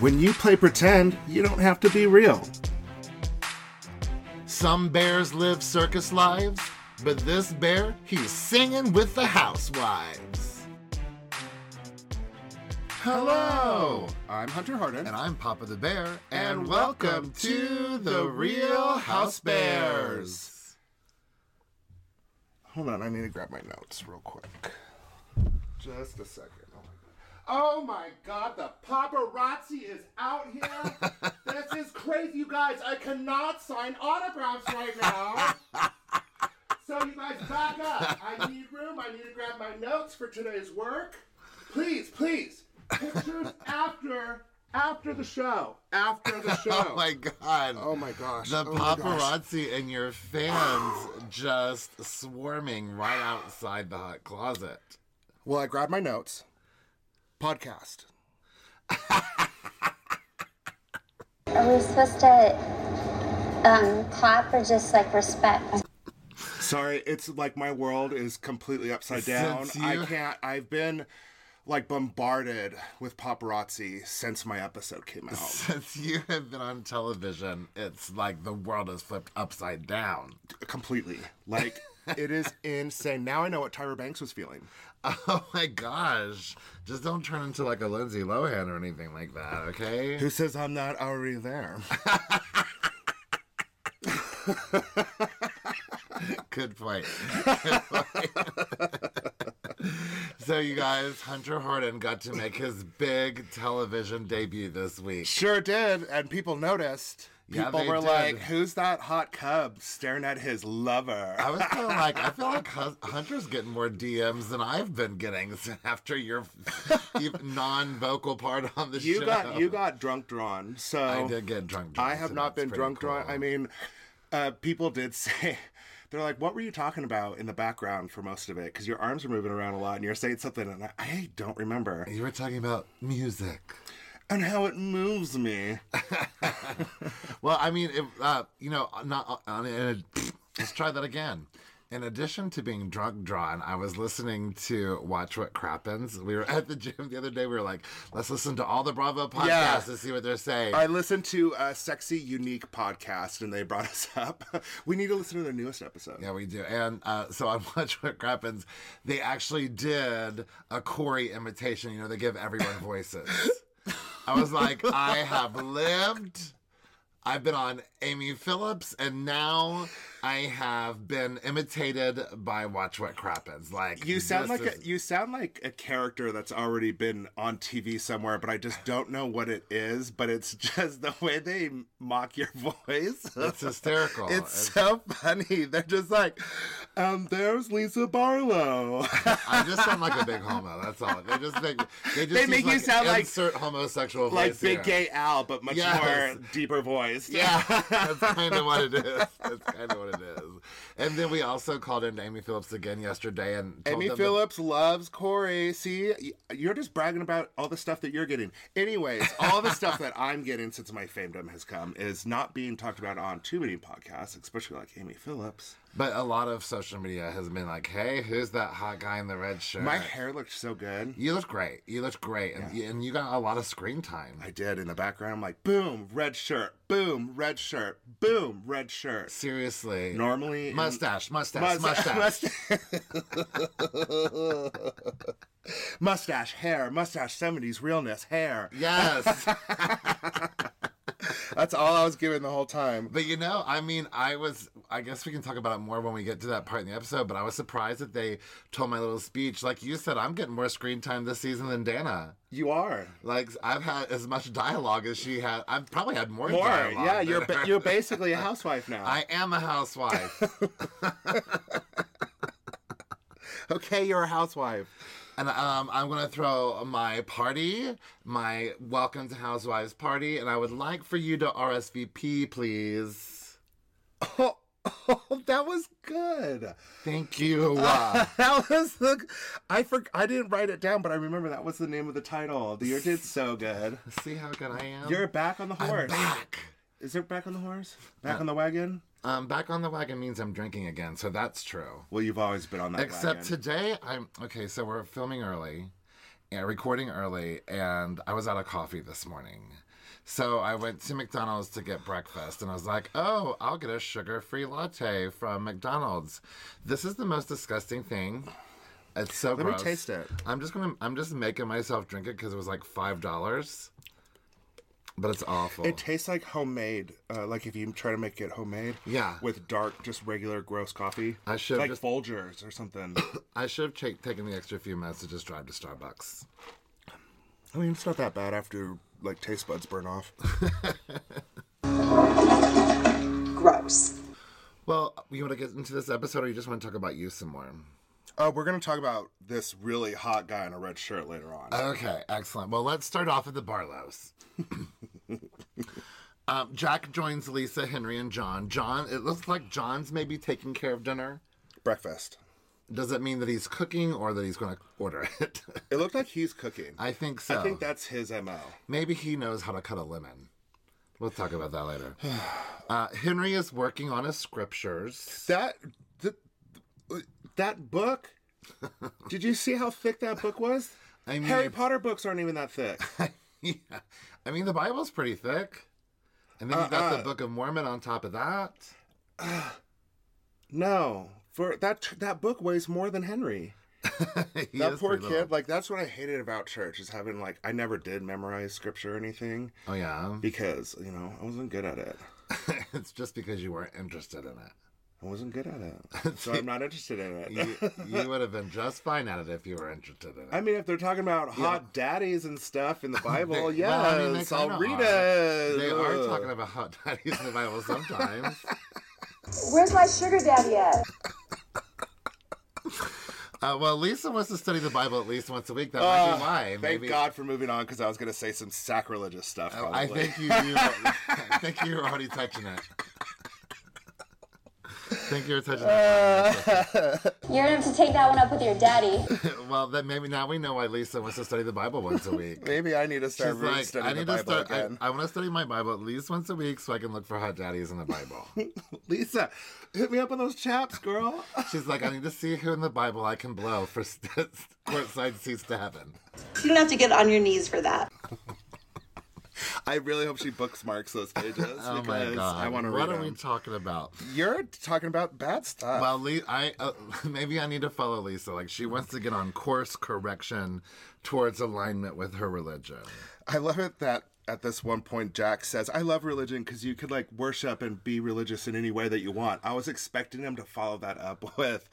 When you play pretend, you don't have to be real. Some bears live circus lives, but this bear, he's singing with the housewives. Hello! I'm Hunter Harden. And I'm Papa the Bear, and And welcome welcome to the Real House Bears. Hold on, I need to grab my notes real quick. Just a second. Oh my god, the paparazzi is out here. this is crazy, you guys. I cannot sign autographs right now. so you guys back up. I need room. I need to grab my notes for today's work. Please, please. Pictures after after the show. After the show. Oh my god. Oh my gosh. The oh my gosh. paparazzi and your fans just swarming right outside the hot closet. Well, I grabbed my notes. Podcast. Are we supposed to um, clap or just like respect? Sorry, it's like my world is completely upside down. Since you- I can't. I've been like bombarded with paparazzi since my episode came out. Since you have been on television, it's like the world is flipped upside down. completely. Like it is insane. Now I know what Tyra Banks was feeling. Oh my gosh. Just don't turn into like a Lindsay Lohan or anything like that, okay? Who says I'm not already there? Good point. Good point. so, you guys, Hunter Harden got to make his big television debut this week. Sure did, and people noticed. Yeah, People they were did. like, "Who's that hot cub staring at his lover?" I was feeling like I feel like Hun- Hunter's getting more DMs than I've been getting after your non-vocal part on the You show. got you got drunk drawn. So I did get drunk. I drunk, have so not that's been pretty drunk drawn. cool. I mean, uh, people did say. They're like, what were you talking about in the background for most of it? Because your arms were moving around a lot, and you're saying something, and I, I don't remember. you were talking about music. And how it moves me. Well, I mean, it, uh, you know, not on it. Let's try that again. In addition to being drunk drawn, I was listening to Watch What Crappens. We were at the gym the other day. We were like, let's listen to all the Bravo podcasts Yeah. to see what they're saying. I listened to a sexy, unique podcast, and they brought us up. We need to listen to their newest episode. Yeah, we do. And uh, so on Watch What Happens, they actually did a Corey imitation. You know, they give everyone voices. I was like, I have lived. I've been on Amy Phillips, and now I have been imitated by Watch What Crappens. Like You sound like this a, is- you sound like a character that's already been on TV somewhere, but I just don't know what it is. But it's just the way they mock your voice. it's hysterical. It's so funny. They're just like, um, there's Lisa Barlow. I just sound like a big homo. That's all. They just make they just They use, make you like, sound like- insert homosexual like voice Big here. Gay Al, but much Yes. more deeper voiced. Yeah, that's kind of what it is. That's kind of what it is. And then we also called in Amy Phillips again yesterday and told Amy them Phillips loves Corey. See, y- you're just bragging about all the stuff that you're getting. Anyways, all the stuff that I'm getting since my famedom has come is not being talked about on too many podcasts, especially like Amy Phillips. that- but a lot of social media has been like, "Hey, who's that hot guy in the red shirt?" My hair looked so good. You look great. You look great, and, and you got a lot of screen time. I did in the background. I'm like, boom, red shirt, boom, red shirt, boom, red shirt. Seriously, Normally, in- mustache, mustache, Mus- mustache. mustache. mustache, hair, mustache, 70s realness, hair. Yes. That's all I was giving the whole time. But you know, I mean, I was, I guess we can talk about it more when we get to that part in the episode, but I was surprised that they told my little speech. Like you said, I'm getting more screen time this season than Dana. You are. Like I've had as much dialogue as she had. I've probably had more. More, dialogue yeah. than You're ba- her. you're basically a housewife now. I am a housewife, okay, you're a housewife. and um, I'm gonna throw my party, my welcome to housewives party, and I would like for you to RSVP, please. Oh, that was good. Thank you. Uh, That was the. I for, I didn't write it down, but I remember that was the name of the title. You did so good. see how good I am. You're back on the I'm horse. back. Is it back on the horse? Back on the wagon? Um, back on the wagon means I'm drinking again, so that's true. Well, you've always been on that. Except wagon. today, I'm okay. So we're filming early, and recording early, and I was out of coffee this morning, So I went to McDonald's to get breakfast and I was like, oh, I'll get a sugar free latte from McDonald's. This is the most disgusting thing. It's so Let me gross. taste it. I'm just gonna. I'm just making myself drink it because it was like five dollars, but it's awful. It tastes like homemade, uh, like if you try to make it homemade. Yeah. With dark, just regular gross coffee. I should've like just- Folgers or something. I should have ta- taken the extra few minutes to just drive to Starbucks. I mean, it's not that bad after like taste buds burn off. Gross. Well, you want to get into this episode, or you just want to talk about you some more? Uh, we're gonna talk about this really hot guy in a red shirt later on. Okay, excellent. Well, let's start off at the Barlows. um, Jack joins Lisa, Henry, and John. John, it looks like John's maybe taking care of dinner. Breakfast. Does that mean that he's cooking or that he's going to order it? It looked like he's cooking. I think so. I think that's his mo. Maybe he knows how to cut a lemon. We'll talk about that later. Uh, Henry is working on his scriptures. That th- th- that book. did you see how thick that book was? I mean, Harry Potter books aren't even that thick. yeah. I mean, the Bible's pretty thick. And then you got Uh-uh. the Book of Mormon on top of that. No, for that that book weighs more than Henry. He that is poor pretty kid. little. Like that's what I hated about church is having like I never did memorize scripture or anything Oh, yeah. because you know I wasn't good at it. it's just because you weren't interested in it. I wasn't good at it, so I'm not interested in it. You, you would have been just fine at it if you were interested in it. I mean, if they're talking about hot daddies and stuff in the Bible, They- yes, well, I mean, they I'll kinda read are. it. They are Ugh. talking about hot daddies in the Bible sometimes. Where's my sugar daddy at? uh, well, Lisa wants to study the Bible at least once a week. That might Ugh, be why. Thank Maybe. God for moving on because I was going to say some sacrilegious stuff. I probably. think you, you I think you were already touching it. think you were touching it. You're gonna have to take that one up with your daddy. well, then maybe now we know why Lisa wants to study the Bible once a week. maybe I need to start She's reading like, studying I need the to Bible start. I, again. I want to study my Bible at least once a week so I can look for hot daddies in the Bible. Lisa, hit me up on those chaps, girl. She's like, I need to see who in the Bible I can blow for st- courtside seats to heaven. You don't have to get on your knees for that. I really hope she bookmarks those pages Oh my because god! I want to read What are them. we talking about? You're talking about bad stuff. Well, Lee, I uh, maybe I need to follow Lisa. Like she wants to get on course correction towards alignment with her religion. I love it that at this one point Jack says, "I love religion because you could like worship and be religious in any way that you want." I was expecting him to follow that up with,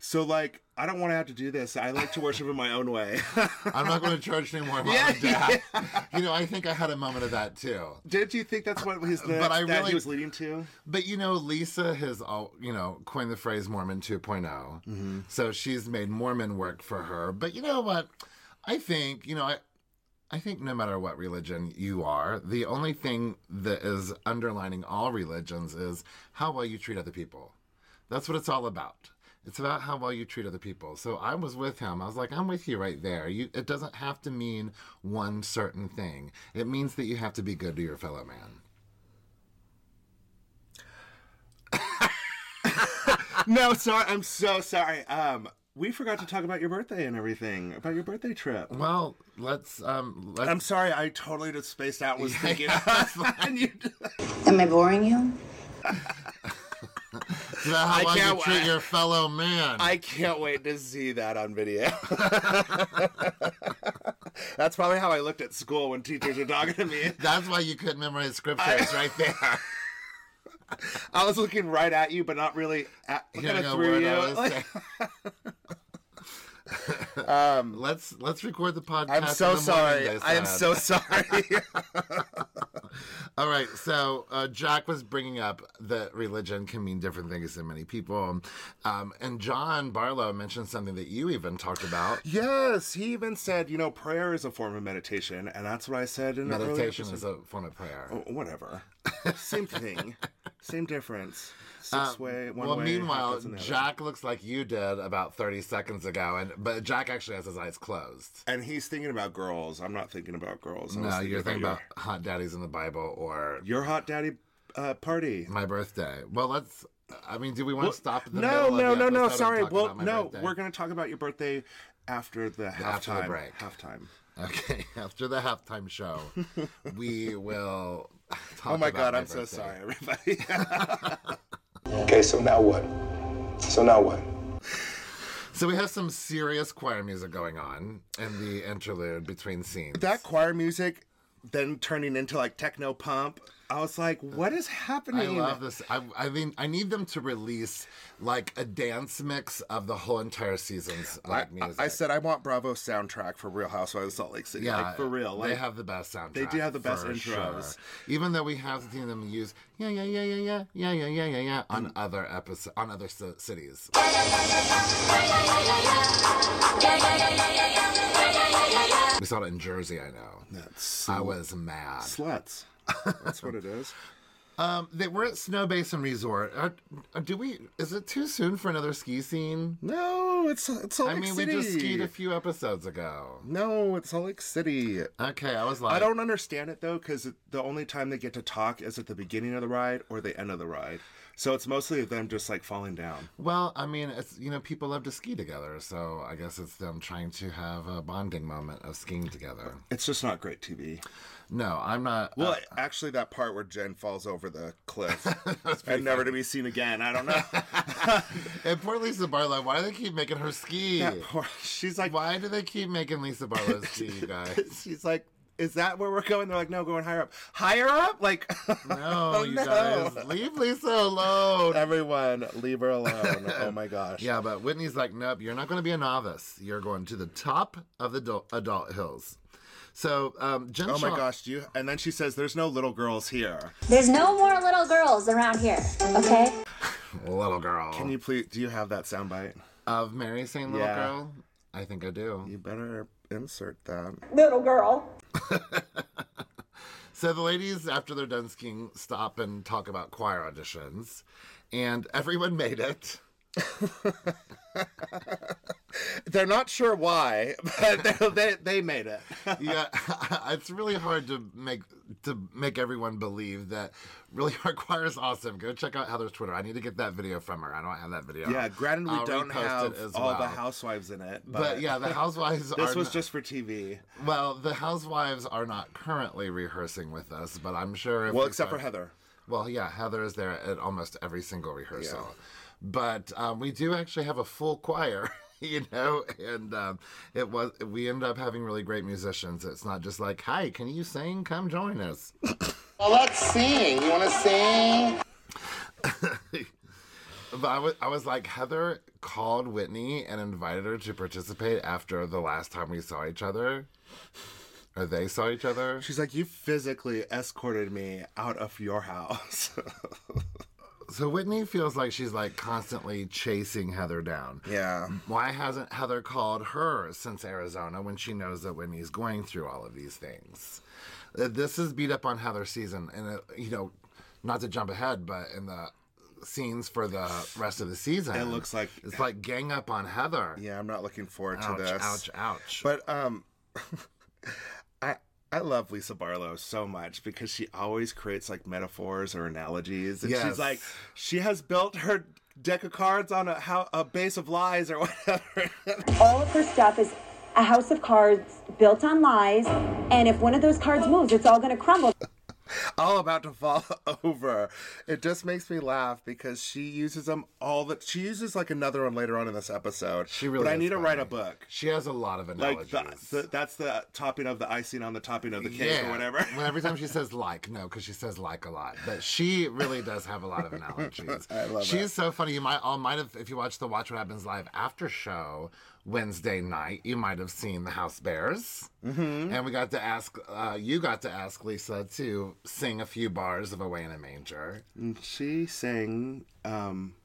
"So like, I don't want to have to do this. I like to worship in my own way." I'm not going to church anymore, mom and dad. You know, I think I had a moment of that too. Did you think that's what his But I that really- he was leading to? But you know, Lisa has all you know coined the phrase Mormon 2.0, so she's made Mormon work for her. But you know what? I think you know I. I think no matter what religion you are, the only thing that is underlining all religions is how well you treat other people. That's what it's all about. It's about how well you treat other people. So I was with him. I was like, I'm with you right there. You, it doesn't have to mean one certain thing. It means that you have to be good to your fellow man. No, sorry. I'm so sorry. Um, we forgot to talk about your birthday and everything about your birthday trip. Well, let's um, let's I'm sorry. I totally just spaced out. and Was thinking, and you. Am I boring you? about how I well you can't- treat your fellow man. I can't wait to see that on video. That's probably how I looked at school when teachers were talking to me. That's why you couldn't memorize scriptures right there. I was looking right at you, but not really at You kind know of what through I you. was saying. Um, let's let's record the Um, podcast. I'm in so the sorry. morning, they I am said. so sorry. All right, so uh, Jack was bringing up that religion can mean different things to many people, um, and John Barlow mentioned something that you even talked about. yes, he even said, you know, prayer is a form of meditation, and that's what I said in an earlier Meditation episode. is a form of prayer. whatever. Same thing. Same difference. Six way, one Uh, well, way. half meanwhile, dozen the other. Jack looks like you did about thirty seconds ago, and but Jack actually has his eyes closed. And he's thinking about girls. I'm not thinking about girls. I was No, you're thinking about your- hot daddies in the Bible or your hot daddy uh, party. my birthday. Well, let's. I mean, do we want to stop? In the No, middle of no, the no, no. episode and Sorry. talk Well, about my no. birthday? We're gonna talk about your birthday after the halftime after the break. Halftime. Okay, after the halftime show, we will. Talk Oh my about god, I'm so birthday. sorry, everybody. Okay, so now what? So now what? So we have some serious choir music going on in the interlude between scenes. that choir music then turning into like techno pump. I was like, what is happening? I love this. I, I mean, I need them to release like a dance mix of the whole entire season's I, like music. I said I want Bravo soundtrack for Real Housewives of Salt Lake City. Yeah, like, for real. Like, they have the best soundtrack. do have the best for intros. sure. Even though we have seen them use yeah yeah yeah yeah yeah yeah yeah yeah yeah yeah Mm. on other episodes on other ci- cities. We saw it in Jersey. I know. that's I was mad. sluts. That's what it is. Um, they were at Snow Basin Resort. Are, are- do we? Is it too soon for another ski scene? No, it's it's Salt I Lake mean, we City. just skied a few episodes ago. no, it's Salt Lake City. Okay, I was like, I don't understand it though, because the only time they get to talk is at the beginning of the ride or the end of the ride. So it's mostly them just like falling down. Well, I mean, it's you know, people love to ski together, so I guess it's them trying to have a bonding moment of skiing together. It's just not great TV. No, I'm not. uh, Well, actually, that part where Jen falls over the cliff and never to be seen again. I don't know. and poor Lisa Barlow. Why do they keep making her ski? That poor- she's like, Why do they keep making Lisa Barlow ski, you guys? she's like, is that where we're going? They're like, no, going higher up. Higher up? Like, No, Oh, you no. guys, leave Lisa alone. everyone, leave her alone. oh my gosh. Yeah, but Whitney's like, nope, you're not going to be a novice. You're going to the top of the adult, adult hills. So, um, Jen Oh my Shaw- gosh, do you? And then she says, "There's no little girls here." There's no more little girls around here, okay? little girl. Can you please? Do you have that soundbite? Of Mary saying little Yeah. girl? I think I do. You better insert that. Little girl. So the ladies, after they're done skiing, stop and talk about choir auditions, and everyone made it. They're not sure why, but they they, they made it. yeah, it's really hard to make to make everyone believe that really our choir is awesome. Go check out Heather's Twitter. I need to get that video from her. I don't have that video. Yeah, granted, we I'll don't repost have it as all the well. housewives in it, but, But yeah, the housewives. this are was not- just for TV. well. The housewives are not currently rehearsing with us, but I'm sure. If Well, we except for start- Heather. Well, yeah, Heather is there at almost every single rehearsal. But um, we do actually have a full choir, you know, and um, it was we end up having really great musicians. It's not just like, "Hi, can you sing? Come join us." Well, let's sing. You want to sing? But I was, I was like, Heather called Whitney and invited her to participate after the last time we saw each other, or they saw each other. She's like, you physically escorted me out of your house. So Whitney feels like she's like constantly chasing Heather down. yeah. Why hasn't Heather called her since Arizona when she knows that Whitney's going through all of these things? Uh, This is beat up on Heather's season, and uh, you know, not to jump ahead, but in the scenes for the rest of the season, It looks like- it's like gang up on Heather. Yeah, I'm not looking forward ouch, to this. ouch, ouch. But um I I love Lisa Barlow so much because she always creates like metaphors or analogies. And Yes. she's like she has built her deck of cards on a how a base of lies or whatever. All of her stuff is a house of cards built on lies, and if one of those cards moves, it's all going to crumble. all about to fall over. It just makes me laugh because she uses them all the she uses like another one later on in this episode. She really But I is need to write a funny. book. she has a lot of Like analogies. the, the, that's the topping of the icing on the topping of the cake or whatever. Well, every time she says like, no, because she says like a lot, but she really does have a lot of analogies. I love She's so funny. You might all might have, if you watch the Watch What Happens Live after show Wednesday night, you might have seen the House Bears, mm-hmm. and we got to ask, uh, you got to ask Lisa to sing a few bars of Away in a Manger. She sang um,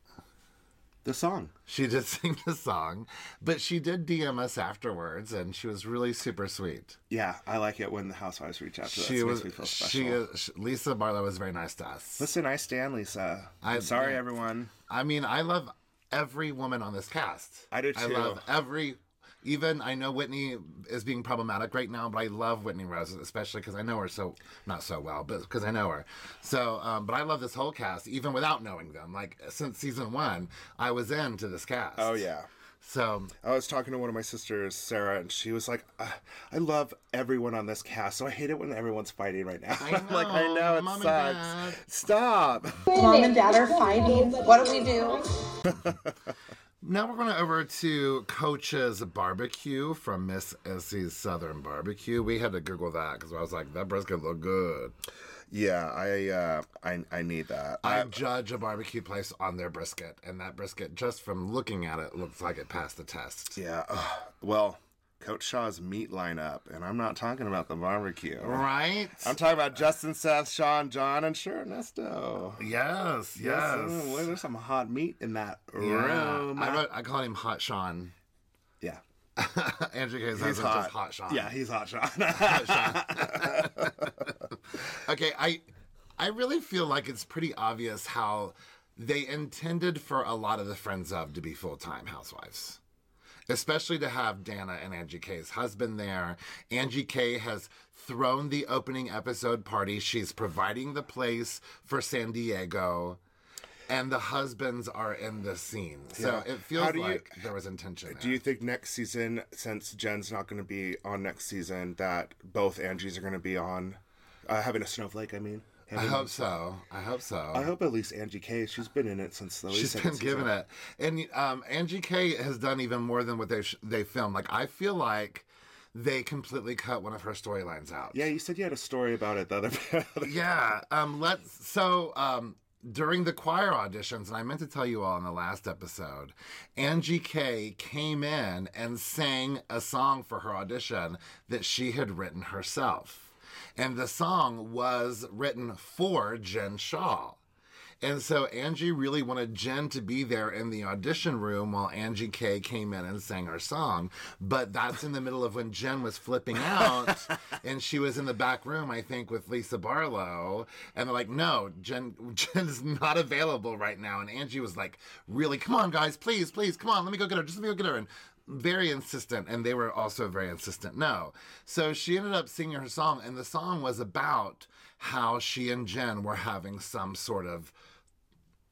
the song. She did sing the song, but she did DM us afterwards, and she was really super sweet. Yeah, I like it when the housewives reach out to us. she It was, makes me feel special. she is, Lisa Barlow was very nice to us. Listen, I stand Lisa. I- I'm sorry, yeah. everyone. I mean, I love every woman on this cast. I do I too. love every. Even I know Whitney is being problematic right now, but I love Whitney Rose, especially because I know her so not so well, but because I know her. So, um, but I love this whole cast, even without knowing them. Like since season one, I was into this cast. Oh yeah. So I was talking to one of my sisters, Sarah, and she was like, "Uh, "I love everyone on this cast, so I hate it when everyone's fighting right now." I'm like, "I know, know it Mom and Dad." sucks. Stop." Mom and dad are fighting. What do we do? now we're going over to Coach's barbecue from Miss Essie's Southern Barbecue. We had to Google that because I was like, that brisket looked good. yeah, I uh, I I need that. I judge a barbecue place on their brisket, and that brisket, just from looking at it, looks like it passed the test. yeah. ugh. well, Coach Shaw's meat lineup, and I'm not talking about the barbecue. Right? I'm talking about Justin, Seth, Sean, John, and sure, Ernesto. yes, yes. Ooh, well, there's some hot meat in that Yeah. room. I, wrote, I called him Hot Sean. yeah. Andrew K's He's husband's hot. just Hot Sean. Yeah, he's hot Sean. Okay, I I really feel like it's pretty obvious how they intended for a lot of the friends of to be full time housewives. Especially to have Dana and Angie K's husband there. Angie K has thrown the opening episode party. She's providing the place for San Diego. And the husbands are in the scene. So Yeah. it feels How do you- like there was intention. Do there. you think next season, since Jen's not going to be on next season, that both Angies are going to be on? Uh, having a snowflake, I mean. I Having- hope so. I hope so. I hope at least Angie K. She's been in it since the She's been given it, and um, Angie K has done even more than what they sh- they filmed. Like I feel like they completely cut one of her storylines out. Yeah, you said you had a story about it the other. yeah. Um, let's so um, during the choir auditions, and I meant to tell you all in the last episode, Angie K came in and sang a song for her audition that she had written herself, and the song was written for Jen Shaw. And so Angie really wanted Jen to be there in the audition room while Angie K came in and sang her song. But that's in the middle of when Jen was flipping out and she was in the back room, I think, with Lisa Barlow. And they're like, no, Jen Jen's not available right now. And Angie was like, really, come on, guys, please, please, come on, let me go get her. Just let me go get her. And very insistent, and they were also very insistent. No. So she ended up singing her song, and the song was about how she and Jen were having some sort of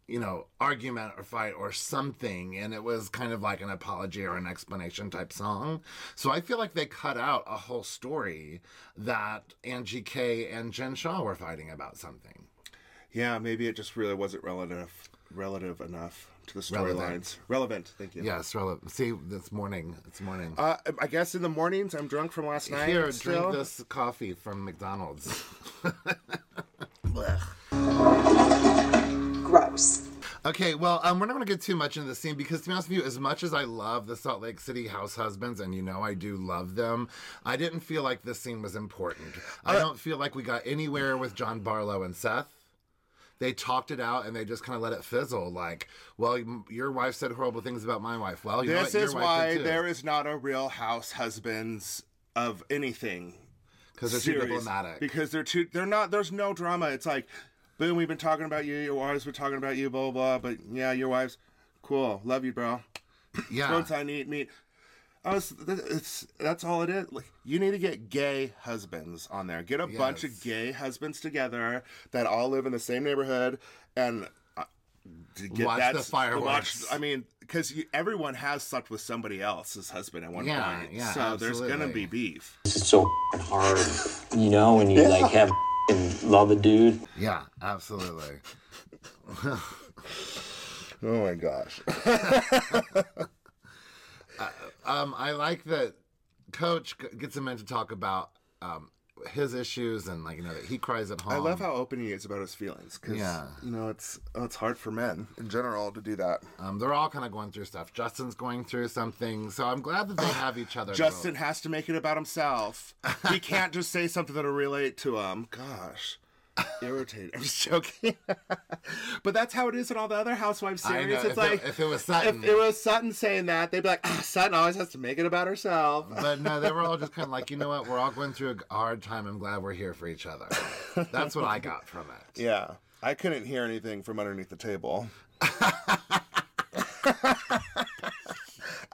you know, argument or fight or something. And it was kind of like an apology or an explanation type song. So I feel like they cut out a whole story that Angie K and Jen Shaw were fighting about something. yeah, maybe it just really wasn't relative, relative enough to the Relevant. storylines. Relevant. Thank you. Yes, relevant. See, this morning, it's morning. Uh, I guess in the mornings, I'm drunk from last night. Here, drink still. this coffee from McDonald's. Gross. Okay, well, um, we're not going to get too much into the scene because, to be honest with you, as much as I love the Salt Lake City house husbands, and you know I do love them, I didn't feel like this scene was important. Uh, I don't feel like we got anywhere with John Barlow and Seth. They talked it out and they just kind of let it fizzle. Like, well, m- your wife said horrible things about my wife. Well, you know This what? Your is wife why did too. there is not a Real House Husbands of anything 'Cause they're too series, diplomatic. Because they're too. They're not. There's no drama. It's like, boom, we've been talking about you. Your wives been talking about you. Blah blah. blah but yeah, your wives. Cool. Love you, bro. yeah. Don't sign eat meat. I was, th- it's, that's all it is. Like, you need to get gay husbands on there. Get a bunch of Yes. gay husbands together that all live in the same neighborhood and uh, to get Watch the that's- to fireworks. I mean, because everyone has slept with somebody else's husband at one Yeah, point. yeah, so there's gonna absolutely. be beef. It's so hard, you know, when you like have and love a dude. Yeah, absolutely. Oh my gosh. Um, I like that Coach g- gets him in to talk about um, his issues and, like, you know, that he cries at home. I love how open he is about his feelings because Yeah. you know it's it's hard for men in general to do that. Um, they're all kind of going through stuff. Justin's going through something, so I'm glad that they have each other. to Justin has to make it about himself. he can't just say something that'll relate to him. Gosh. Irritated. I'm just joking. but that's how it is in all the other Housewives I series. know, It's if it- like if it was Sutton. if it was Sutton saying that, they'd be like, ah, Sutton always has to make it about herself. But no, they were all just kind of like, you know what? We're all going through a hard time. I'm glad we're here for each other. That's what I got from it. Yeah. I couldn't hear anything from underneath the table.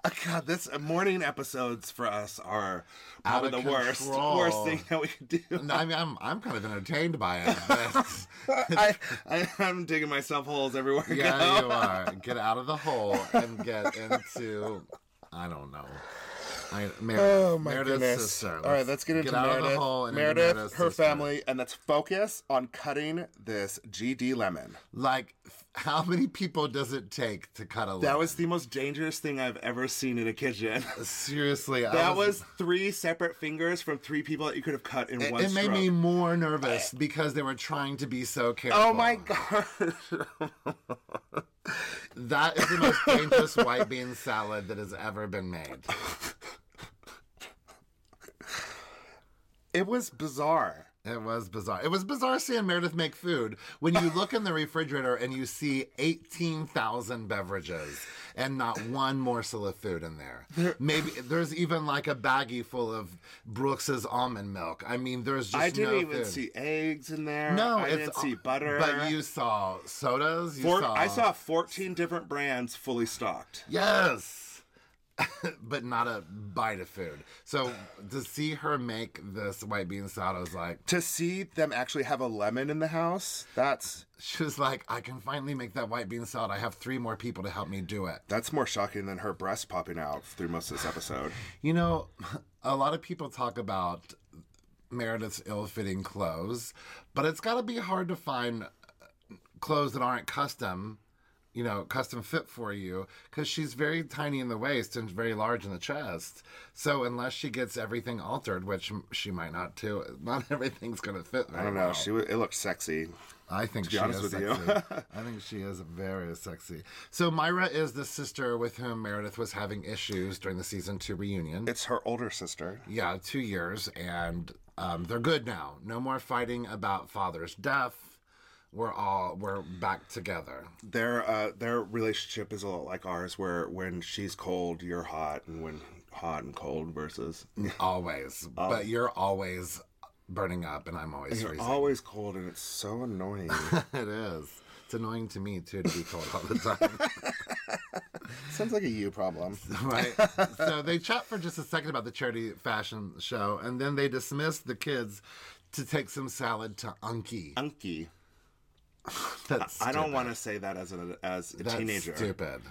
Oh, God, this morning episodes for us are Out probably of the worst, control. worst thing that we could do. No, I mean, I'm I'm kind of entertained by it. But I, I, I'm digging myself holes everywhere. I yeah, go. you are. Get out of the hole and get into I don't know. I, Mer- Oh my Meredith's goodness! sister. All right, Let's let's get into out of the Meredith. hole and into Meredith, Meredith's her sister. family, and let's focus on cutting this GD lemon. Like, f- how many people does it take to cut a lemon? That was the most dangerous thing I've ever seen in a kitchen. seriously. I That was three separate fingers from three people that you could have cut in It, one. it made stroke. me more nervous because they were trying to be so careful. Oh my god! That is the most dangerous white bean salad that has ever been made. It was bizarre. It was bizarre. It was bizarre seeing Meredith make food when you look in the refrigerator and you see 18,000 beverages and not one morsel of food in there. Maybe there's even like a baggie full of Brooks's almond milk. I mean, there's just I didn't no even food. see eggs in there. No, I it's, didn't see butter. But you saw sodas. You Four- saw, I saw fourteen different brands fully stocked. Yes. but not a bite of food. So to see her make this white bean salad, I was like, To see them actually have a lemon in the house, that's she was like, I can finally make that white bean salad. I have three more people to help me do it. that's more shocking than her breast popping out through most of this episode. You know, a lot of people talk about Meredith's ill fitting clothes, but it's got to be hard to find uh, clothes that aren't custom, you know, custom fit for you because she's very tiny in the waist and very large in the chest. So unless she gets everything altered, which m- she might not do, not everything's going to fit. I don't know. She was, it looked sexy. I think be she honest is with you. sexy. I think she is very sexy. So Myra is the sister with whom Meredith was having issues during the season two reunion. It's her older sister. Yeah, two years, and um, they're good now. No more fighting about father's death. We're all we're back together. Their uh, their relationship is a lot like ours, where when she's cold, you're hot, and when hot and cold versus Always, but you're always burning up, and I'm always Um, you're freezing. always cold, and it's so annoying. it is. It's annoying to me too to be cold all the time, Sounds like a you problem. right? so they chat for just a second about the charity fashion show, and then they dismiss the kids to take some salad to Unky. Unky. That's I don't stupid. want to say that as a as a That's teenager. Stupid.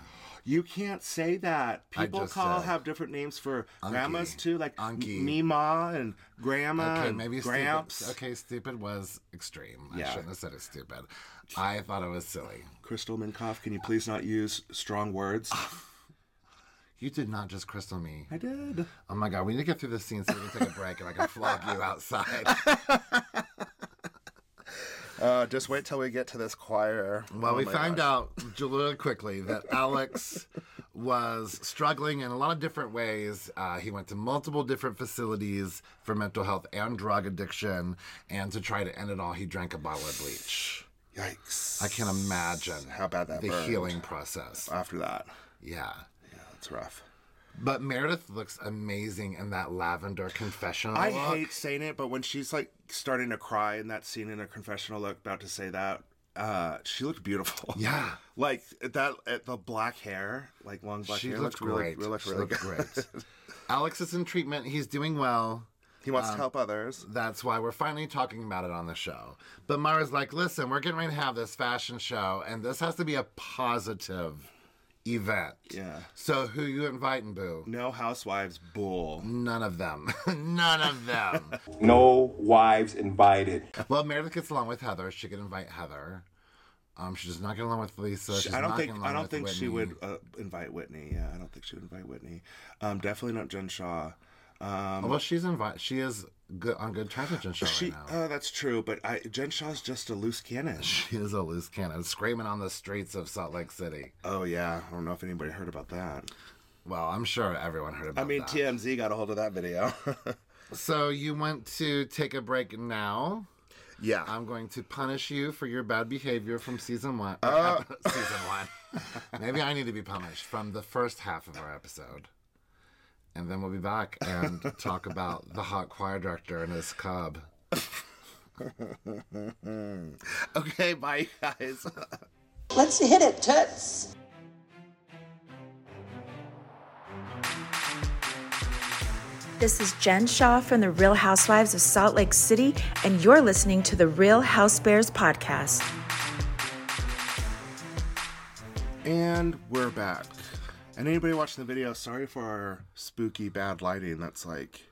You can't say that. I People just call said- have different names for grandmas Unky. too, like Unky. Mima and Grandma Okay, and maybe Uh, Gramps. Stupid. Okay, stupid was extreme. I Yeah. shouldn't have said it's stupid. I thought it was silly. Crystal Minkoff, can you please not use strong words? Ah. You did not just crystal me. I did. Oh my god, we need to get through this scene so we can take a break and I can flog you outside. Oh Uh, just wait till we get to this choir. Oh Well, we found out j- really quickly that Alex was struggling in a lot of different ways. Uh, he went to multiple different facilities for mental health and drug addiction, and to try to end it all, he drank a bottle of bleach. Yikes! I can imagine How bad that the burned. Uh, healing process. after that. Yeah. Yeah, that's rough. But Meredith looks amazing in that lavender confessional. I look. hate saying it, but when she's like starting to cry in that scene in her confessional, look about to say that, uh, she looked beautiful. Yeah. like that uh, the black hair, like long black She hair. looked really, great. really, looked She really looked good. great. Alex is in treatment. He's doing well. he wants to help others. That's why we're finally talking about it on the show. But Mara's like, listen, we're getting ready to have this fashion show, and this has to be a positive event. Yeah. So who you inviting, boo? No housewives bull. None of them. None of them. No wives invited. well, Meredith gets along with Heather. She could invite Heather. Um, she does not get along with Lisa. She's I don't not think getting along I don't with think she Whitney. would uh, invite Whitney. Yeah, I don't think she would invite Whitney. Um, definitely not Jen Shaw. Um, Well, she's invited. She is good on good terms with Jen Shaw she, right now. oh, that's true. But I, Jen Shaw's just a loose cannon. She is a loose cannon, screaming on the streets of Salt Lake City. Oh yeah, I don't know if anybody heard about that. Well, I'm sure everyone heard about I mean, that. TMZ got a hold of that video. so you want to take a break now? yeah. I'm going to punish you for your bad behavior from season one. Uh. season one. Maybe I need to be punished from the first half of our episode. And then we'll be back and talk about the hot choir director and his cub. Mm. okay, bye guys. Let's hit it, toots. This is Jen Shaw from the Real Housewives of Salt Lake City, and you're listening to the Real House Bears podcast. and we're back. And anybody watching the video, sorry for our spooky bad lighting. That's like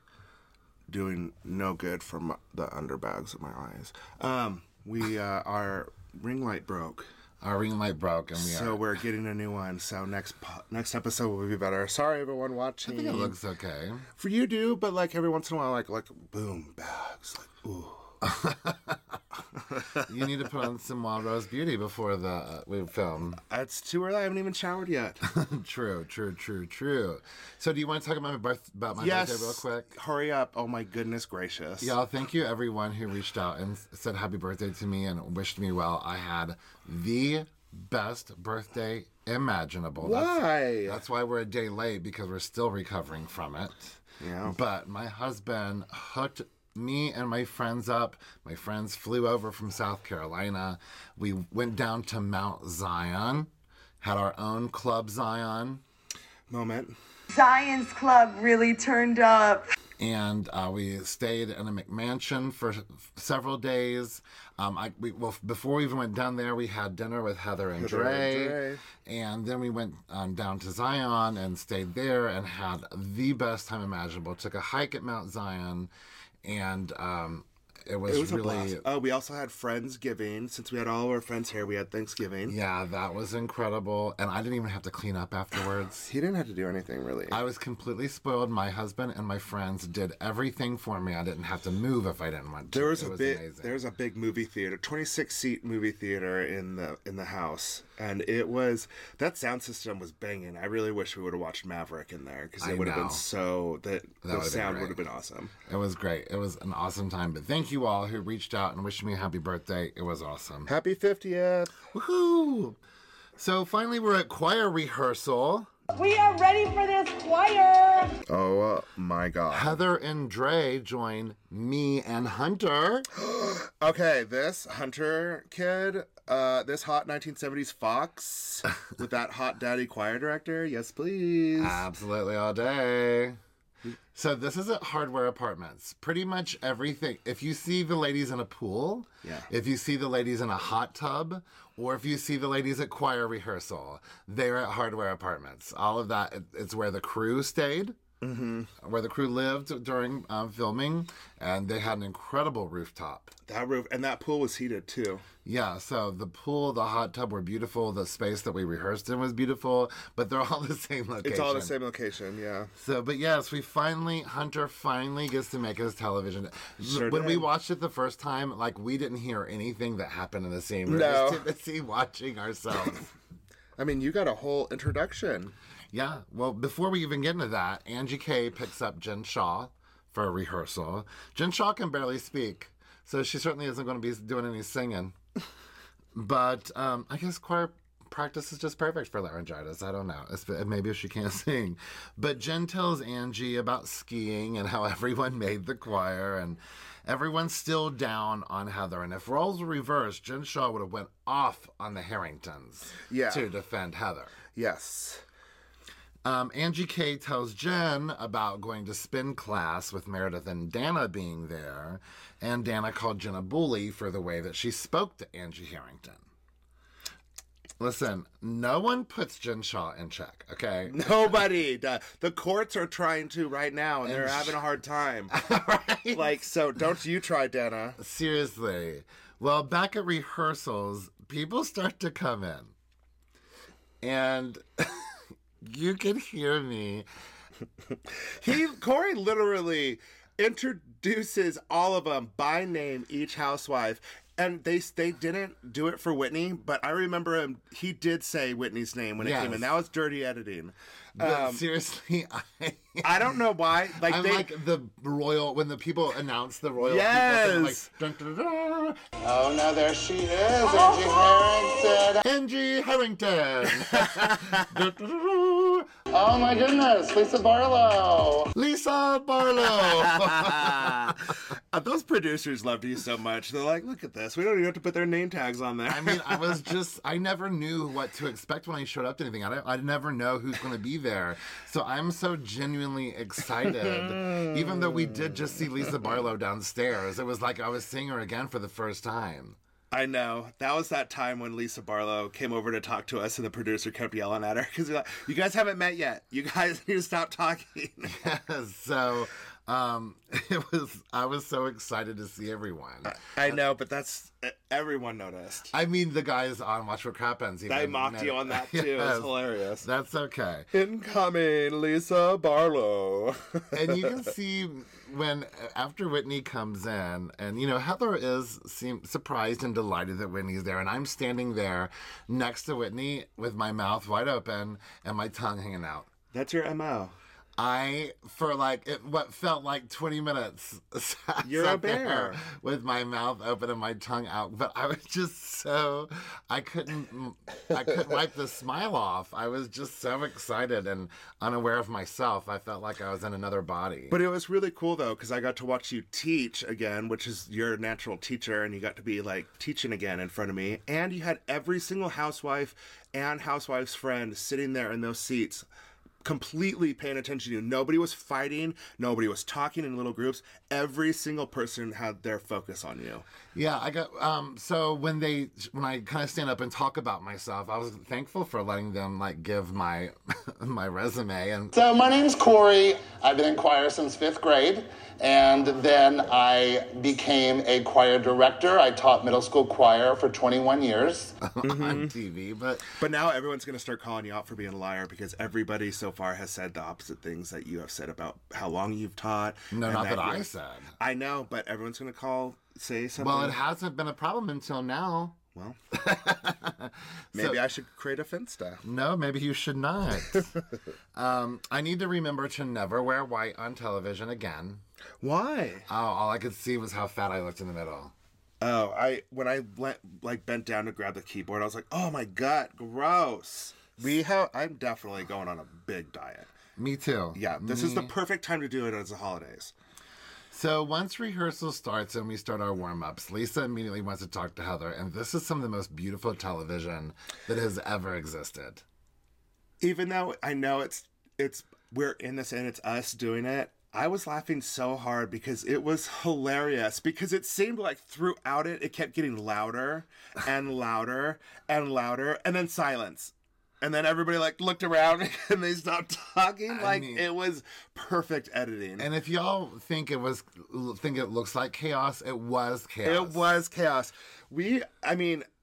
doing no good for my, the underbags of my eyes. Um, we uh, our ring light broke, Our ring light broke, and we so are. we're getting a new one. So next po- next episode will be better. Sorry, everyone I watching. think it looks okay. for you do, but like every once in a while, like like boom bags. Like, ooh. You need to put on some Wild Rose Beauty before the uh, we film. It's too early. I haven't even showered yet. True, true, true, true. So, do you want to talk about my birth about my birthday real quick? Hurry up. Oh my goodness gracious. Y'all, thank you everyone who reached out and s- said happy birthday to me and wished me well. I had the best birthday imaginable. That's- Why? That's why we're a day late because we're still recovering from it. Yeah. But my husband hooked me and my friends up. My friends flew over from South Carolina. We went down to Mount Zion, had our own club Zion, Moment. Zion's Club really turned up. and uh, we stayed in a McMansion for several days. Um, I, we, well, before we even went down there, we had dinner with Heather and Heather and Dre, Dre. and then we went um, down to Zion and stayed there and had the best time imaginable. Took a hike at Mount Zion, and um, it was, It was a really blast. Oh, we also had Friendsgiving. Since we had all of our friends here, we had Thanksgiving. yeah, that was incredible. And I didn't even have to clean up afterwards. He didn't have to do anything really. I was completely spoiled. My husband and my friends did everything for me. I didn't have to move if I didn't want to. there was it a was big amazing. there was a big movie theater, twenty six seat movie theater in the in the house, and it was that sound system was banging. I really wish we would have watched Maverick in there because I it would have know. been so that, the would've been sound great. would have been awesome. It was great. It was an awesome time. But thank you all who reached out and wished me a happy birthday. It was awesome. Happy fiftieth. Woohoo! So finally, we're at choir rehearsal. We are ready for this choir. Oh uh, my god. Heather and Dre joined me and Hunter. Okay, this Hunter kid, uh, this hot nineteen seventies fox with that hot daddy choir director. Yes, please. Absolutely all day. So this is at Hardware Apartments. Pretty much everything. If you see the ladies in a pool, Yeah. if you see the ladies in a hot tub, or if you see the ladies at choir rehearsal, they're at Hardware Apartments. All of that. it- It's where the crew stayed. Mm-hmm. Where the crew lived during um, filming, and they had an incredible rooftop. That roof and that pool was heated too. Yeah, so the pool, the hot tub were beautiful. The space that we rehearsed in was beautiful, but they're all the same location. It's all the same location, yeah. So, but yes, we finally Hunter finally gets to make his television. Sure when we did. watched it the first time, like we didn't hear anything that happened in the scene. We were No. just too busy watching ourselves. I mean, you got a whole introduction. yeah. Well, before we even get into that, Angie K picks up Jen Shaw for a rehearsal. Jen Shaw can barely speak, so she certainly isn't going to be doing any singing. But um, I guess choir practice is just perfect for laryngitis. I don't know. It's, maybe she can't sing. But Jen tells Angie about skiing and how everyone made the choir and everyone's still down on Heather. And if roles were reversed, Jen Shaw would have went off on the Harringtons Yeah. to defend Heather. Yes. Um, Angie K tells Jen about going to spin class with Meredith and Dana being there, and Dana called Jen a bully for the way that she spoke to Angie Harrington. Listen, no one puts Jen Shaw in check, okay? Nobody. does. The courts are trying to right now, and they're And- having a hard time. Like, so don't you try, Dana. Seriously. Well, back at rehearsals, people start to come in. And you can hear me He Corey literally introduces all of them by name, each housewife. And they they didn't do it for Whitney, but I remember him. He did say Whitney's name when it came Yes. in. That was dirty editing. But Um, seriously, I I don't know why. Like I'm they, like the royal when the people announce the royal. Yes. People, they're like, dun, dun, dun, Oh, no, there she is, Angie Harrington. Oh, Angie Harrington, Dun, dun, dun, dun, Oh, my goodness, Lisa Barlow. Lisa Barlow. Uh, those producers loved you so much. They're like, look at this. We don't even have to put their name tags on there. I mean, I was just, I never knew what to expect when I showed up to anything. I, don't, I never know who's going to be there. So I'm so genuinely Hmm. excited. Even though we did just see Lisa Barlow downstairs, it was like I was seeing her again for the first time. I know. That was that time when Lisa Barlow came over to talk to us, and the producer kept yelling at her because like, you guys haven't met yet. You guys need to stop talking. so um, it was. I was so excited to see everyone. I know, but that's e, everyone noticed. I mean, the guys on Watch What Happens. They mocked know- you on that too. It Yes. was hilarious. That's okay. Incoming, Lisa Barlow. and you can see when after Whitney comes in, and you know Heather is seem, surprised and delighted that Whitney's there, and I'm standing there next to Whitney with my mouth wide open and my tongue hanging out. That's your mo. I for like it, what felt like 20 minutes. sat- You're a sat there bear. with my mouth open and my tongue out, but I was just so I couldn't I couldn't wipe the smile off. I was just so excited and unaware of myself. I felt like I was in another body. But it was really cool though, because I got to watch you teach again, which is your natural teacher, and you got to be like teaching again in front of me. And you had every single housewife and housewife's friend sitting there in those seats, completely paying attention to you. Nobody was fighting, nobody was talking in little groups. Every single person had their focus on you. Yeah, I got um so when they when I kind of stand up and talk about myself, I was thankful for letting them like give my my resume and So my name's Corey. I've been in choir since fifth grade, and then I became a choir director. I taught middle school choir for 21 years. Mm-hmm. on TV, but But now everyone's going to start calling you out for being a liar because everybody so far has said the opposite things that you have said about how long you've taught. no, and not that I you're- said. I know, but everyone's going to call, say something. Well, it hasn't been a problem until now. Well, maybe So- I should create a Finsta. No, maybe you should not. um, I need to remember to never wear white on television again. Why? Oh, all I could see was how fat I looked in the middle. Oh, I when I le- like bent down to grab the keyboard, I was like, "Oh my god, gross." We have. I'm definitely going on a big diet. Me too. Mm. Yeah, this is the perfect time to do it as the holidays. So once rehearsal starts and we start our warm ups, Lisa immediately wants to talk to Heather, and this is some of the most beautiful television that has ever existed. Even though I know it's it's we're in this and it's us doing it. I was laughing so hard because it was hilarious. Because it seemed like throughout it, it kept getting louder and louder and louder, and then silence. And then everybody like looked around and they stopped talking. Like mean- it was perfect editing. And if y'all think it was think it looks like chaos, it was chaos. It was chaos. We, I mean,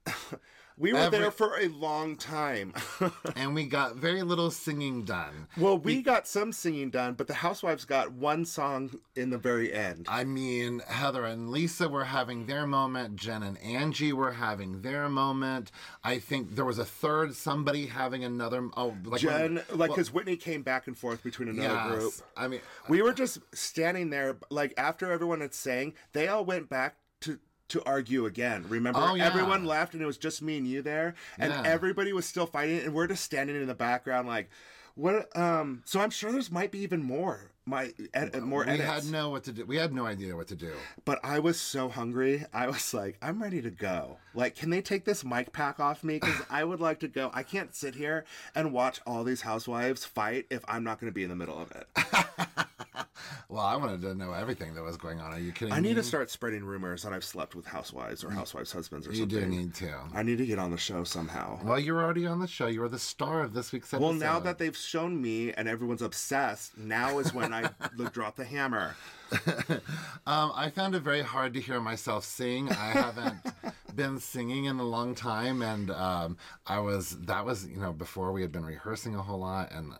we were Every- there for a long time. and we got very little singing done. well, we got some singing done, but the housewives got one song in the very end. I mean, Heather and Lisa were having their moment. Jen and Angie were having their moment. I think there was a third somebody having another. Oh, like Jen, like, because Whitney came back and forth between another yes. group. I mean, We were just standing there, like after everyone had sang, they all went back to to argue again. Remember, Oh, yeah. everyone left, and it was just me and you there, and Yeah. everybody was still fighting, and we're just standing in the background, like, what? Um, so I'm sure there's might be even more, my ed- more we edits. had no what to do. We had no idea what to do. But I was so hungry. I was like, I'm ready to go. Like, can they take this mic pack off me? Because I would like to go. I can't sit here and watch all these housewives fight if I'm not going to be in the middle of it. Well, I wanted to know everything that was going on. Are you kidding I me? need to start spreading rumors that I've slept with housewives or housewives' husbands or Mm. You something. do need to. I need to get on the show somehow. Well, you're already on the show. You are the star of this week's episode. Well, now that they've shown me and everyone's obsessed, now is when I l- drop the hammer. um, I found it very hard to hear myself sing. I haven't been singing in a long time, and um, I was that was you know before we had been rehearsing a whole lot, and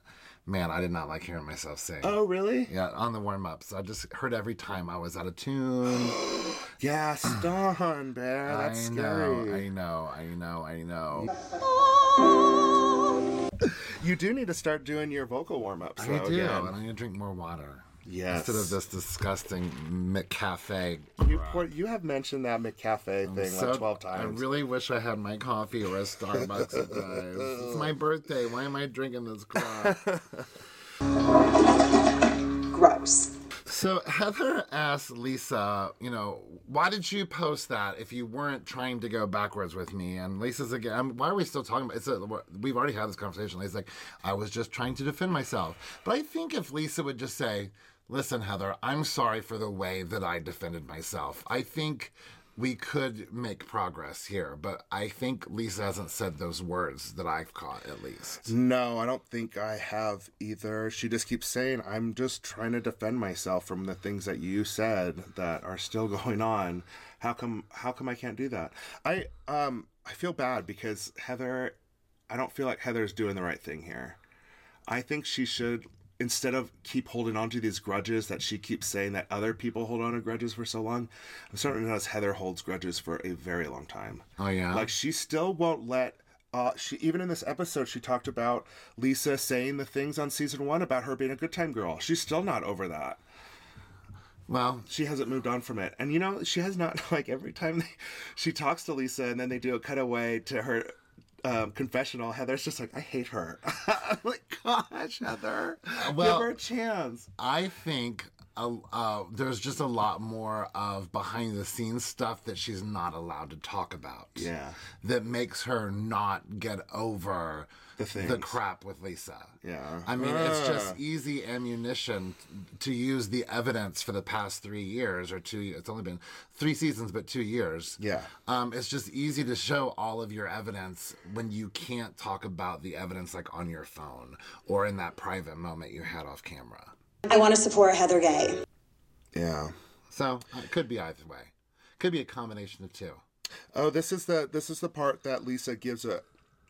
man, I did not like hearing myself sing. Oh, really? Yeah, on the warm ups, I just heard every time I was out of tune. Yeah, Stan, bear. Oh, That's I scary. know, I know, I know, I know. You do need to start doing your vocal warm ups. I do, and I need to drink more water. Yes. Instead of this disgusting McCafe. You, pour, you have mentioned that McCafe thing like 12 times. I really wish I had my coffee or a Starbucks, you guys. It's my birthday. Why am I drinking this crap? Gross. so Heather asked Lisa, you know, why did you post that if you weren't trying to go backwards with me? And Lisa's again, I'm- why are we still talking about? It's a, we've already had this conversation. Lisa's like, I was just trying to defend myself. But I think if Lisa would just say, listen, Heather, I'm sorry for the way that I defended myself. I think we could make progress here, but I think Lisa hasn't said those words that I've caught at least. No, I don't think I have either. She just keeps saying, I'm just trying to defend myself from the things that you said that are still going on. How come how come I can't do that? I um I feel bad because Heather I don't feel like Heather's doing the right thing here. I think she should instead of keep holding on to these grudges that she keeps saying that other people hold on to grudges for so long, I'm starting to notice Heather holds grudges for a very long time. Oh yeah. Like she still won't let uh, she even in this episode she talked about Lisa saying the things on season one about her being a good time girl. She's still not over that. Well, she hasn't moved on from it, and you know she has not. Like every time they, she talks to Lisa, and then they do a cutaway to her um, confessional, Heather's just like, I hate her. like, gosh, Heather, Well- give her a chance. I think uh, uh, there's just a lot more of behind the scenes stuff that she's not allowed to talk about. Yeah. That makes her not get over The things. the crap with Lisa. Yeah. I mean, it's Ah. just easy ammunition to use the evidence for the past three years or two. It's only been three seasons, but two years. Yeah. Um, it's just easy to show all of your evidence when you can't talk about the evidence like on your phone or in that private moment you had off camera. I want to support Heather Gay. Yeah. So it could be either way. Could be a combination of two. Oh, this is the this is the part that Lisa gives a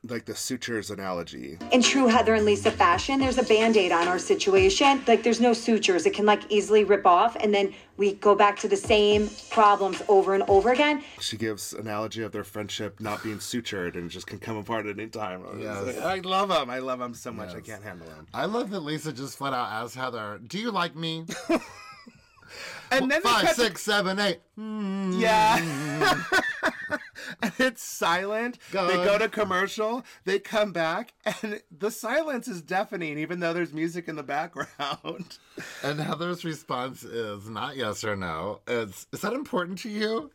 like the sutures analogy. In true Heather and Lisa fashion, there's a band aid on our situation. Like, there's no sutures. It can, like, easily rip off, and then we go back to the same problems over and over again. She gives analogy of their friendship not being sutured and just can come apart at any time. I was Yes. like, I love him. I love him so much. I Yes. can't handle him. I love that Lisa just flat out asked Heather, "Do you like me?" And then they five, cut to- six, seven, eight. Yeah. and it's silent. They God. go to commercial. They come back, and the silence is deafening, even though there's music in the background. And Heather's response is not yes or no. It's is that important to you?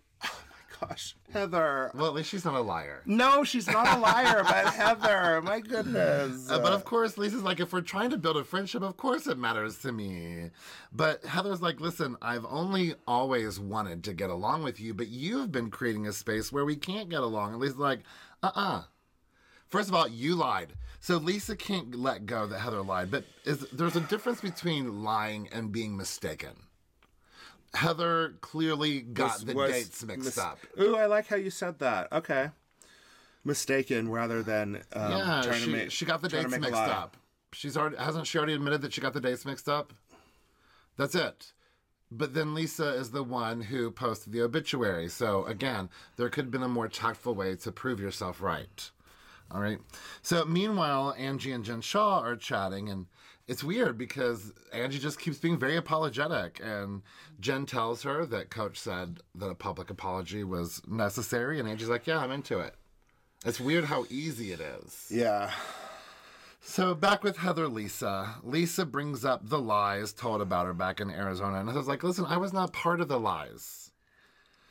Gosh, Heather. Well, at least she's not a liar. No, she's not a liar, but Heather, my goodness. Uh, but of course, Lisa's like, if we're trying to build a friendship, of course it matters to me. But Heather's like, listen, I've only always wanted to get along with you, but you've been creating a space where we can't get along. And Lisa's like, uh uh First of all, you lied. So Lisa can't let go that Heather lied. But is, there's a difference between lying and being mistaken. Heather clearly got This the was dates mixed mis- up. Ooh, I like how you said that. Okay. Mistaken rather than um, yeah, trying she, to make, she got the trying dates to make a mixed lie. up. She's already hasn't she already admitted that she got the dates mixed up? That's it. But then Lisa is the one who posted the obituary. So again, there could have been a more tactful way to prove yourself right. All right. So meanwhile, Angie and Jen Shaw are chatting, and it's weird because Angie just keeps being very apologetic, and Jen tells her that Coach said that a public apology was necessary, and Angie's like, "Yeah, I'm into it." It's weird how easy it is. Yeah. So back with Heather Lisa. Lisa brings up the lies told about her back in Arizona. And Heather's like, listen, I was not part of the lies.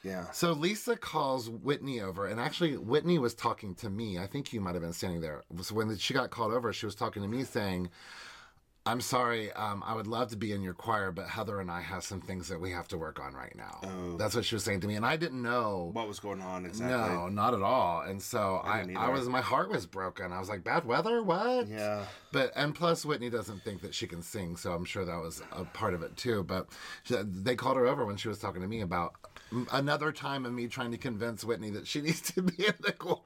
Yeah. So Lisa calls Whitney over. And actually, Whitney was talking to me. I think you might have been standing there. So when she got called over, she was talking to me saying, I'm sorry, um, I would love to be in your choir, but Heather and I have some things that we have to work on right now. That's what she was saying to me. And I didn't know. What was going on Oh. exactly? No, not at all. And so I, didn't I, either. was, my heart was broken. I was like, bad weather? What? Yeah. But, and plus, Whitney doesn't think that she can sing. So I'm sure that was a part of it too. But she, they called her over when she was talking to me about another time of me trying to convince Whitney that she needs to be in the choir.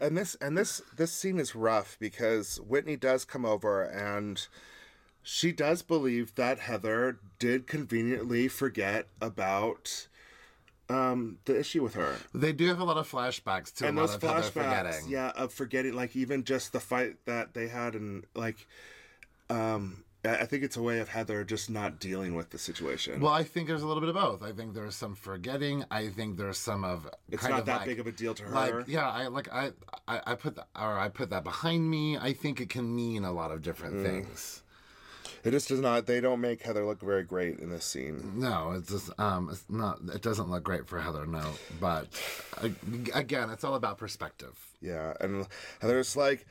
and this and this this scene is rough because Whitney does come over and she does believe that Heather did conveniently forget about um the issue with her They do have a lot of flashbacks to and a lot those of Heather flashbacks forgetting. yeah of forgetting like even just the fight that they had and like um I I think it's a way of Heather just not dealing with the situation. Well, I think there's a little bit of both. I think there's some forgetting. I think there's some of It's kind not of that like- big of a deal to her. Like, yeah, I like I I, I put the, or I put that behind me. I think it can mean a lot of different Mm. things. It just does not. They don't make Heather look very great in this scene. No, it's just um, it's not. It doesn't look great for Heather. No, but a- again, it's all about perspective. Yeah, and Heather's like,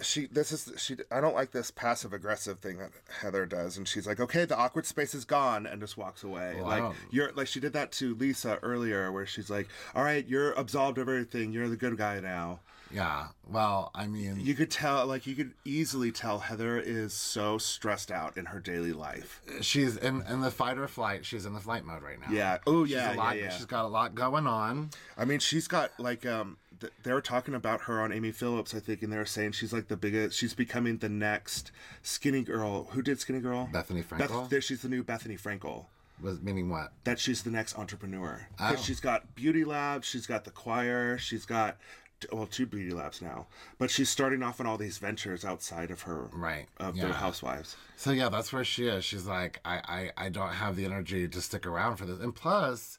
she this is she I don't like this passive aggressive thing that Heather does and she's like okay the awkward space is gone and just walks away Wow. like you're like she did that to Lisa earlier where she's like all right you're absolved of everything you're the good guy now yeah well I mean you could tell like you could easily tell Heather is so stressed out in her daily life she's in in the fight or flight. She's in the flight mode right now. Yeah. Oh, She's yeah, a yeah, lot- yeah. She's got a lot going on. I mean, she's got like um, th- they were talking about her on Amy Phillips, I think, and they were saying she's like the biggest. She's becoming the next Skinny Girl. Who did Skinny Girl? Bethany Frankel? Beth- she's the new Bethany Frankel. Was meaning what? That she's the next entrepreneur. 'Cause Oh. she's got beauty labs. She's got the choir. She's got t- well two beauty labs now, but she's starting off on all these ventures outside of her right of yeah. the housewives. So yeah, that's where she is. She's like, I, I, I don't have the energy to stick around for this. And plus,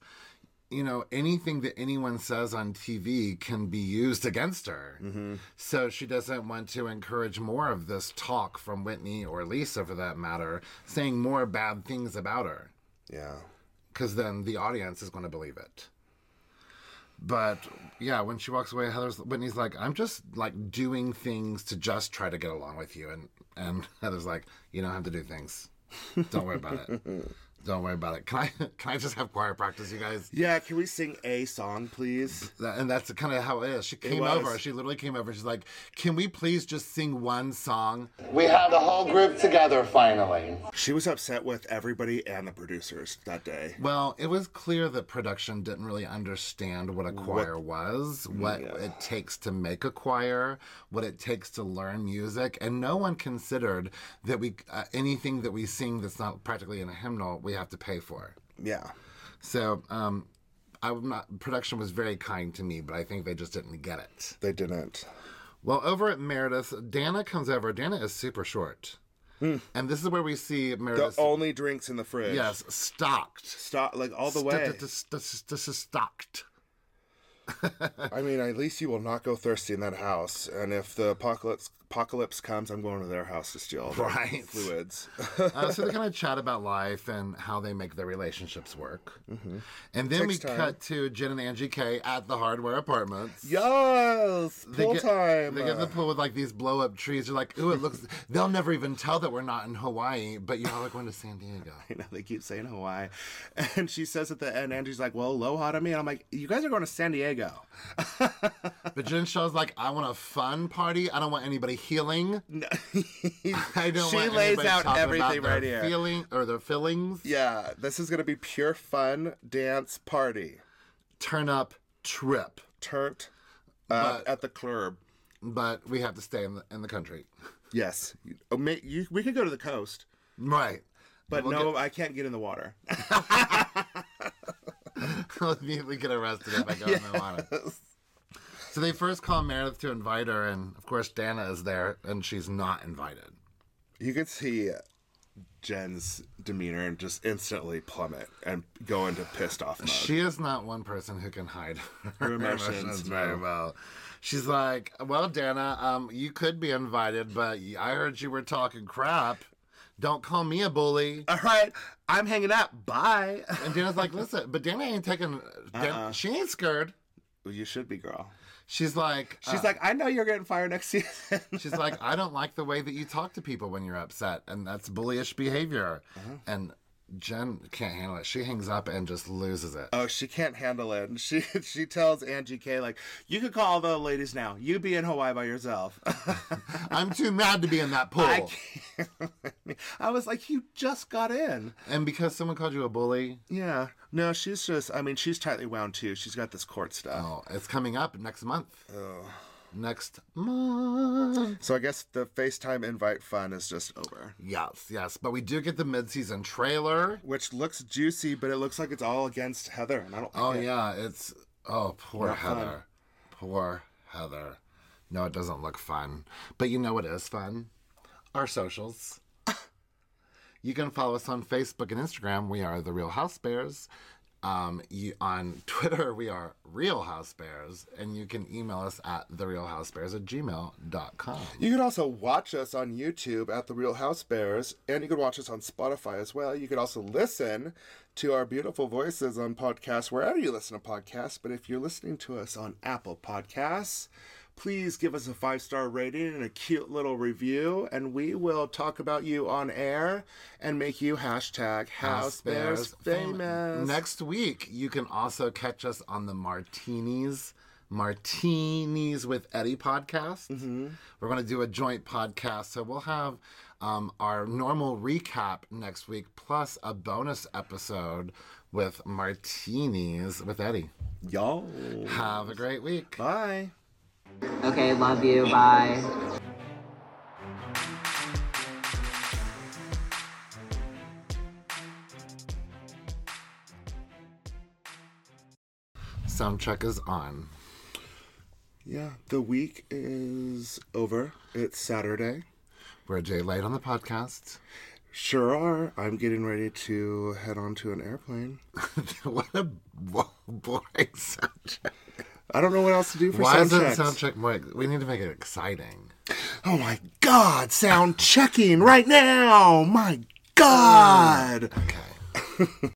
you know, anything that anyone says on TV can be used against her. So she doesn't want to encourage more of this talk from Whitney or Lisa, for that matter, saying more bad things about her, Yeah. because then the audience is going to believe it. But yeah, when she walks away, Heather's Whitney's like, "I'm just like doing things to just try to get along with you," and and Heather's like, "You don't have to do things. Don't worry about it. Don't worry about it. Can I can I just have choir practice, you guys?" Yeah, can we sing a song, please? That, and that's kind of how it is. She came was. over. She literally came over. She's like, "Can we please just sing one song?" We have the whole group together finally. She was upset with everybody and the producers that day. Well, it was clear that production didn't really understand what a choir was, what it takes to make a choir, what it takes to learn music, and no one considered that we uh, anything that we sing that's not practically in a hymnal we have to pay for. Yeah. So, um, I'm not. Production was very kind to me, but I think they just didn't get it. They didn't. Well, over at Meredith, Dana comes over. Dana is super short. And this is where we see Hmm. The Meredith. only drinks in the fridge. Yes, stocked. Stop like all the way. This is stocked. I mean, at least you will not go thirsty in that house. And if the apocalypse apocalypse comes, I'm going to their house to steal all their Right. fluids. uh, so they kind of chat about life and how they make their relationships work. And then Mm-hmm. Takes we time. cut to Jen and Angie K at the hardware apartments. yes, They pool get, time. They get in the pool with like these blow up trees. They're like, ooh, it looks. They'll never even tell that we're not in Hawaii, but y'all are going to San Diego. you know, they keep saying Hawaii, and she says at the end, Angie's like, "Well, aloha to me," and I'm like, "You guys are going to San Diego." But Jen Shaw's like, I want a fun party. I don't want anybody healing. I don't She want lays anybody out talking everything about their right here. Feeling or their feelings. Yeah, this is going to be pure fun dance party. Turn up trip. Turnt uh, But- at the club. But we have to stay in the, in the country. Yes, Oh, ma- you- we could go to the coast, Right. but We'll no, get- I can't get in the water. I'll immediately get arrested if I go in the water. So they first call Meredith to invite her, and of course Dana is there, and she's not invited. you could see Jen's demeanor and just instantly plummet and go into pissed off mode. She is not one person who can hide her, emotions, emotions, very no. well. She's like, "Well, Dana, um, you could be invited, but I heard you were talking crap. Don't call me a bully." All right, I'm hanging out. Bye. And Dana's like, "Listen, but Dana ain't taking. Dan- She ain't scared." Well, you should be, girl. She's like, She's uh, like, I know you're getting fired next season. She's like, I don't like the way that you talk to people when you're upset, and that's bullyish behavior. And Jen can't handle it. She hangs up and just loses it. oh, she can't handle it. And she she tells Angie K like, you could call the ladies now. You be in Hawaii by yourself. I'm too mad to be in that pool. I can't. I was like, you just got in. And because someone called you a bully, Yeah. No, she's just. I mean, she's tightly wound too. She's got this court stuff. oh, it's coming up next month. Next month. So I guess the FaceTime invite fun is just over. Yes, yes. But we do get the mid-season trailer. which looks juicy, but it looks like it's all against Heather, and I don't. Like Oh it. yeah, it's oh poor Not fun. Heather, poor Heather. No, it doesn't look fun, but you know what is fun? Our socials. you can follow us on Facebook and Instagram. We are the Real House Bears. Um, you, on Twitter, we are Real House Bears, and you can email us at therealhousebears at gmail.com. You can also watch us on YouTube at The Real House Bears, and you can watch us on Spotify as well. You can also listen to our beautiful voices on podcasts wherever you listen to podcasts. But if you're listening to us on Apple Podcasts, Please give us a five star rating and a cute little review, and we will talk about you on air and make you hashtag House Bears famous. Next week, you can also catch us on the Martinis. Martinis with Eddie podcast. Mm-hmm. We're going to do a joint podcast, so we'll have um, our normal recap next week, plus a bonus episode with Martinis with Eddie. Y'all have a great week. Bye. Okay, love you. Bye. Sound check is on. Yeah, the week is over. It's Saturday. We're Jay Light on the podcast. Sure are. I'm getting ready to head onto an airplane. what a bo- boring soundtrack. I don't know what else to do for Why sound isn't checks. soundtrack more? We need to make it exciting. Oh my God! Oh. Sound checking right now. My God. Okay.